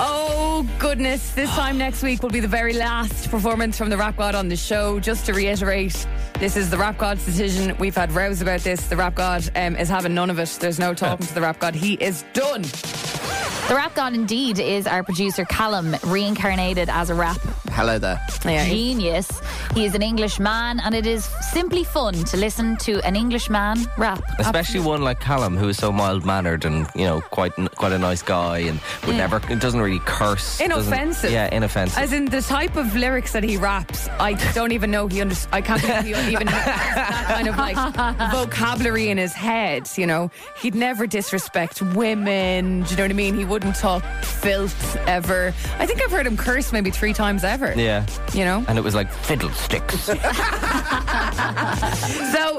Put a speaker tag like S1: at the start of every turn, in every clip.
S1: Oh, goodness. This time next week will be the very last performance from the Rap God on the show. Just to reiterate, this is the Rap God's decision. We've had rows about this. The Rap God um, is having none of it. There's no talking to the Rap God. He is done.
S2: The rap god indeed is our producer Callum, reincarnated as a rap
S3: Hello there.
S1: Yeah, he-
S2: genius. He is an English man, and it is simply fun to listen to an English man rap.
S3: Especially one like Callum, who is so mild mannered and you know quite n- quite a nice guy, and would never it doesn't really curse. doesn't-
S1: Inoffensive.
S3: Yeah, inoffensive.
S1: As in the type of lyrics that he raps, I don't even know he under. I can't believe he even has that kind of like vocabulary in his head. You know, he'd never disrespect women. Do you know what I mean? He wouldn't talk filth ever. I think I've heard him curse maybe three times ever.
S3: yeah.
S1: You know,
S3: And it was like fiddlesticks.
S1: so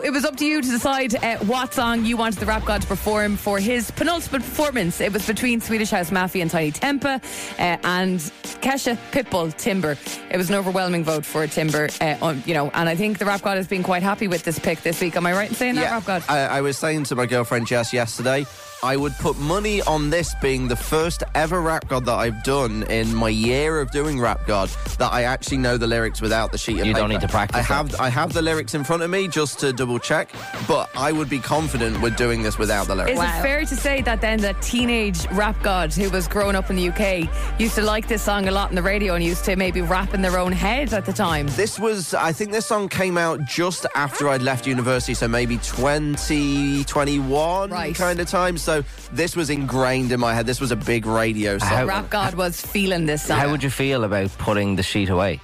S1: it was up to you to decide uh, what song you wanted the rap god to perform for his penultimate performance. It was between Swedish House Mafia and Tiny Tempa, uh, and Kesha Pitbull Timber. It was an overwhelming vote for Timber, uh, on, you know. And I think the rap god has been quite happy with this pick this week. Am I right in saying that, rap Oh, god?
S3: Uh,
S4: I, I was saying to my girlfriend Jess yesterday, I would put money on this being the first ever rap god that I've done in my year of doing rap god that I actually know the lyrics without the sheet. Of
S3: You don't
S4: paper.
S3: need to practice
S4: I
S3: it.
S4: have I have the lyrics in front of me just to double check, but I would be confident with doing this without the lyrics.
S1: Is
S2: Wow.
S1: it fair to say that then that teenage rap god who was growing up in the UK used to like this song a lot on the radio and used to maybe rap in their own head at the time?
S4: This was, I think this song came out just after I'd left university, so maybe 20, 21
S1: Right.
S4: kind of time. So this was ingrained in my head. This was a big radio song.
S3: How-
S1: Rap God was feeling this song.
S3: How would you feel about putting the sheet away?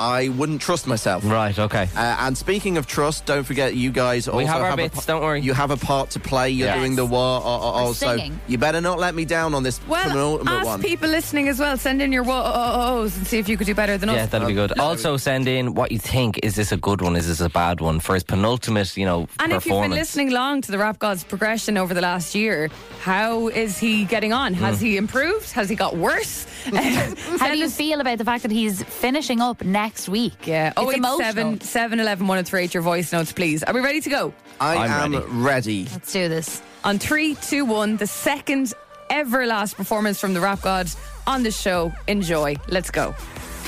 S4: I wouldn't trust myself.
S3: Right. Okay.
S4: Uh, and speaking of trust, don't forget you guys also
S3: have our
S4: a
S3: bits, don't worry.
S4: You have a part to play. You're
S3: Yeah.
S4: doing the war. Oh, oh, oh,
S2: We're
S4: so
S2: singing.
S4: you better not let me down on this
S1: Well,
S4: penultimate
S1: ask
S4: one.
S1: people listening as well. Send in your whoa oh, ohs and see if you could do better than
S3: Yeah,
S1: us.
S3: that'll be good. Also, send in what you think. Is this a good one? Is this a bad one? For his penultimate, you
S1: and
S3: know,
S1: if you've been
S3: performance.
S1: listening long to the Rap God's progression over the last year, how is he getting on? Has he improved? Has he got worse?
S2: How do you feel about the fact that he's finishing up next week?
S1: yeah.
S2: oh,
S1: Oh,
S2: it's
S1: eight
S2: emotional.
S1: seven seven eleven one oh three eight. Your voice notes, please. Are we ready to go?
S4: I
S3: I'm
S4: am
S3: ready.
S4: ready.
S2: Let's do this.
S1: On three, two, one. The second ever last performance from the Rap God on the show. Enjoy. Let's go.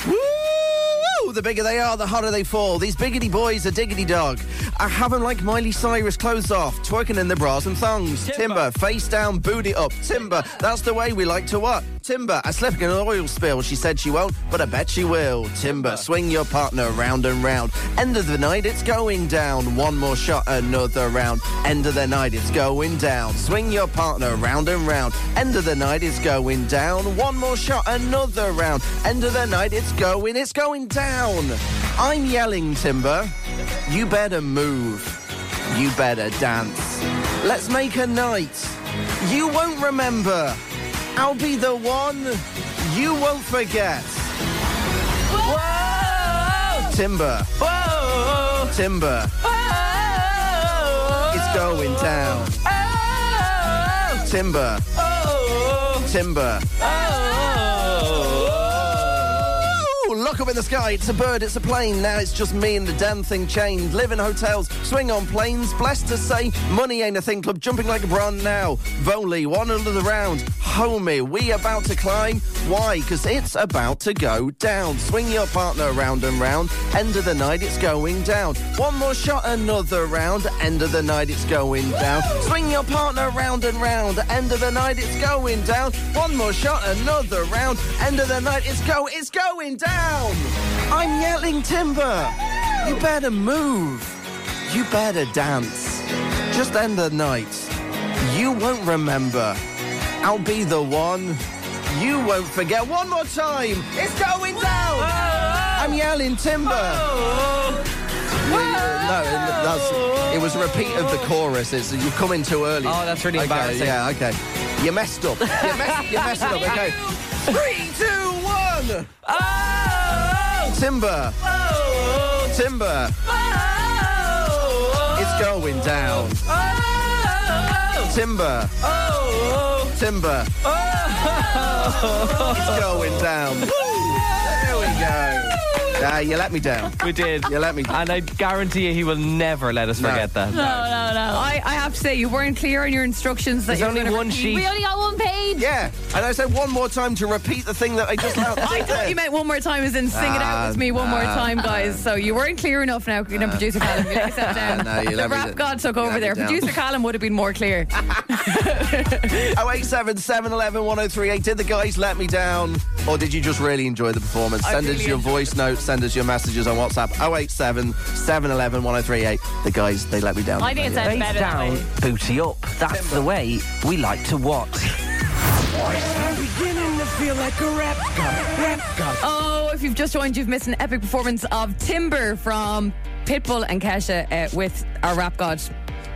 S4: Woo! The bigger they are, the harder they fall. These biggity boys are diggity dog. I have 'em like Miley Cyrus, clothes off, twerking in the bras and thongs. Timber, face down, booty up. Timber, that's the way we like to what? Timber, I slipped an oil spill. She said she won't, but I bet she will. Timber, swing your partner round and round. End of the night, it's going down. One more shot, another round. End of the night, it's going down. Swing your partner round and round. End of the night, it's going down. One more shot, another round. End of the night, it's going, it's going down. I'm yelling, Timber. You better move. You better dance. Let's make a night. You won't remember. I'll be the one you won't forget. Timber. Timber. It's going down. Timber. Timber. Ooh, Look up in the sky, it's a bird, it's a plane. Now it's just me and the damn thing chained. Live in hotels, swing on planes. Blessed to say, money ain't a thing club. Jumping like a bron now. Volley, one under the round. Homie, we about to climb. Why? Because it's about to go down. Swing your partner round and round. End of the night, it's going down. One more shot, another round. End of the night, it's going down. Swing your partner round and round. End of the night, it's going down. One more shot, another round. End of the night, it's go, it's going down. I'm yelling timber. You better move. You better dance. Just end the night. You won't remember. I'll be the one. You won't forget. One more time. It's going down. I'm yelling timber. No, that's, it was a repeat of the chorus. It's, you've come in too early.
S3: Oh, that's really
S4: okay,
S3: embarrassing.
S4: Yeah, okay. You messed up. You messed, you messed up. Okay. Three, two, one. Timber. Timber. It's going down. Timber. Timber. It's going down. There we go. Ah, you let me down.
S3: We did.
S4: You let me down.
S3: And I guarantee you he will never let us
S4: No.
S3: forget that.
S2: no, no.
S1: I, I have to say, you weren't clear on your instructions. That
S3: There's
S1: you're
S3: only
S1: gonna
S3: one
S1: repeat.
S3: sheet.
S2: We only got one page.
S4: Yeah, and I said one more time to repeat the thing that I just out.
S1: I thought you meant one more time, as in sing it out with me one more
S4: Ah,
S1: time, guys. So you weren't clear enough now, you know, producer Callum. You let yourself down.
S4: no, you
S1: the
S4: let me
S1: rap
S4: down.
S1: god took
S4: You
S1: over
S4: let me
S1: there.
S4: down.
S1: Producer Callum would have been more clear.
S4: 087 711 1038. Did the guys let me down? Or did you just really enjoy the performance?
S1: I
S4: send us
S1: really
S4: your
S1: enjoyed
S4: voice note, send us your messages on WhatsApp 087 711 1038. The guys, they let me down.
S2: I think it
S4: Yeah.
S2: sounds
S3: Face
S2: better that
S3: down,
S2: way.
S3: booty up. That's the way we like to watch.
S5: I'm beginning to feel like a rap god. Rap god.
S1: Oh, if you've just joined, you've missed an epic performance of Timber from Pitbull and Kesha uh, with our rap god.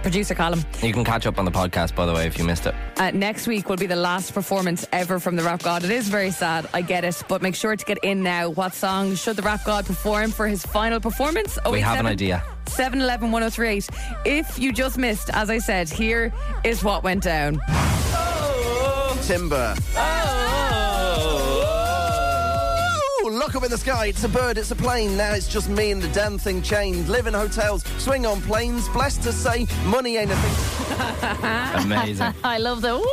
S1: Producer Column.
S3: You can catch up on the podcast, by the way, if you missed it.
S1: Uh, next week will be the last performance ever from the Rap God. It is very sad, I get it, but make sure to get in now. What song should the Rap God perform for his final performance? Oh,
S3: We have an idea.
S1: 711 1038. If you just missed, as I said, here is what went down.
S4: Timber. Oh. Ooh, Look up in the sky. It's a bird. It's a plane. Now it's just me and the damn thing chained. Live in hotels. Swing on planes. Blessed to say, money ain't a thing.
S3: Amazing.
S2: I love the. Woo!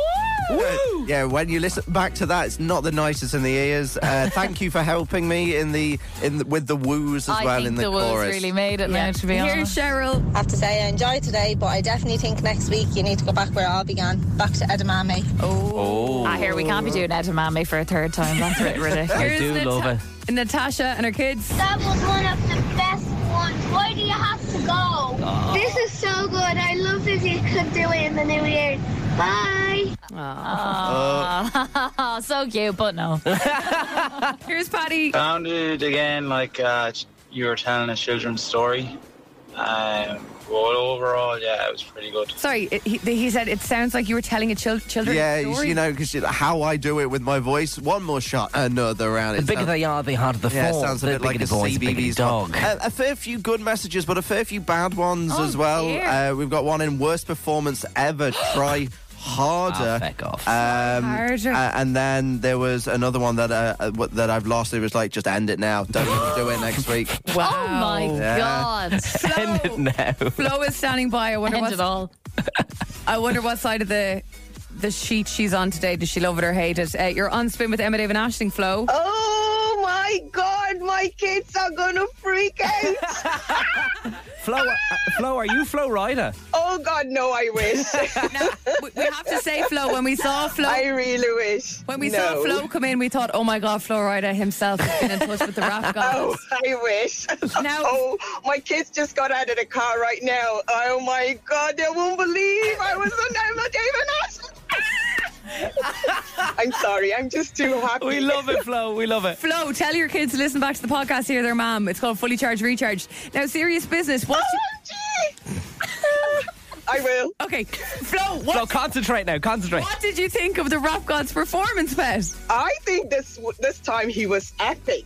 S4: Yeah, when you listen back to that, it's not the nicest in the ears. Uh, thank you for helping me in the in the, with the woos as
S2: I
S4: well
S2: think
S4: in the,
S2: the wolves
S4: chorus.
S2: really made it now, to be
S1: Here's
S2: honest.
S1: Cheryl.
S6: have to say I enjoyed today, but I definitely think next week you need to go back where it all began, back to edamame.
S3: Oh,
S2: Ah, here we can't be doing edamame for a third time. That's a bit ridiculous.
S3: I
S1: Here's
S3: do
S1: Nata-
S3: love it.
S1: Natasha and her kids.
S7: That was one of the best ones. Why do you have to go? This is so good. I love if you could do it in the new year. Bye.
S2: Oh, so cute, but no.
S1: Here's Patty.
S8: Sounded again like uh, you were telling a children's story. Um, but overall, yeah, it was pretty good.
S1: Sorry, it- he, he said it sounds like you were telling a chil- children.
S4: Yeah,
S1: story.
S4: you, you know, because how I do it with my voice. One more shot, another round.
S3: The
S4: It
S3: bigger
S4: sounds-
S3: they are, the harder the
S4: yeah, it
S3: fall.
S4: sounds a
S3: The
S4: bit like
S3: bigger
S4: a
S3: the boys, the bigger the
S4: CBeebies
S3: dog.
S4: A, a fair few good messages, but a fair few bad ones
S2: Oh,
S4: as well.
S2: dear.
S4: Uh, we've got one in worst performance ever. Try harder.
S3: Ah, feck off.
S4: Um,
S1: Harder.
S4: uh, and then there was another one that uh, uh, what- that I've lost. It was like just end it now. Don't even do it next week.
S1: Wow.
S2: Oh my
S4: Yeah.
S2: god.
S3: End it now.
S1: Flo is standing by. I wonder
S2: End
S1: what's
S2: it all.
S1: I wonder what side of the the sheet she's on today. Does she love it or hate it? Uh, you're on spin with Emma Dave and Ashling Flo.
S9: Oh my god, my kids are gonna freak out.
S3: Flo, uh, Flo, are you Flo Rider?
S9: oh god, no, I wish.
S1: Now, we, we have to say Flo. When we saw Flo,
S9: I really wish.
S1: when we
S9: no.
S1: saw Flo come in, we thought, oh my God, Flo Rida himself has been in touch with the rap
S9: Oh,
S1: god.
S9: I wish.
S1: Now-
S9: oh, my kids just got out of the car right now. Oh my god, they won't believe I was on Emma David Ash. I'm sorry, I'm just too happy.
S3: We love it, Flo. We love it.
S1: Flo, tell your kids to listen back to the podcast. Hear their mom. It's called Fully Charged Recharged. Now, serious business. What?
S9: Oh, I will.
S1: okay, Flo. What?
S3: Flo, concentrate now. Concentrate.
S1: What did you think of the rap god's performance, Pet?
S9: I think this this time he was epic.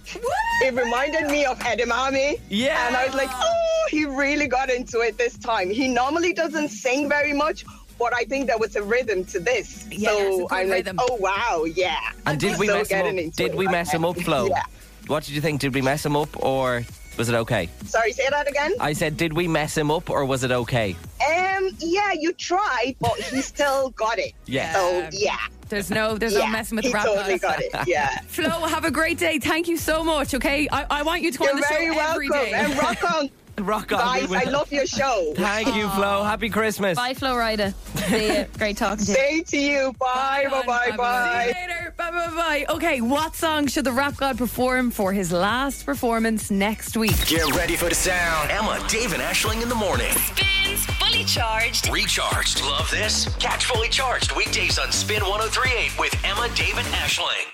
S9: It reminded me of Edamame.
S3: Yeah.
S9: And I was like, oh, he really got into it this time. He normally doesn't sing very much, but I think there was a rhythm to this.
S1: Yeah, there's a
S9: so
S1: good
S9: I'm
S1: rhythm.
S9: like, oh wow, yeah.
S3: And did we
S9: So
S3: mess him
S9: getting
S3: up?
S9: into
S3: Did
S9: it.
S3: we mess him up, Flo?
S9: Yeah.
S3: What did you think? Did we mess him up or was it okay?
S9: Sorry, say that again.
S3: I said, did we mess him up or was it okay?
S9: Um, yeah, you tried, but he still got it.
S3: Yeah.
S1: Oh,
S9: So oh, yeah,
S1: There's no, there's
S9: Um, yeah.
S1: no messing with
S9: he
S1: the rap
S9: totally
S1: god.
S9: got it. Yeah.
S1: Flo, have a great day. Thank you so much. Okay, I, I want you to come
S9: You're
S1: on the show
S9: very
S1: every
S9: welcome.
S1: day.
S9: And rock on,
S3: Rock on. we
S9: guys.
S3: will.
S9: I love your show.
S3: Thank you, Flo. Happy Christmas.
S2: Bye, Flo Rida. See you. Great talking to you.
S9: Same to you. Bye. Bye. Bye.
S1: See
S9: Bye.
S1: you later. Bye bye bye. Okay, what song should the rap god perform for his last performance next week?
S10: Get ready for the sound. Emma, Dave, and Ashling in the morning.
S11: Spins Fully Charged.
S10: oh Recharged. Love this? Catch fully charged weekdays on Spin 1038 with Emma, Dave, and Ashling.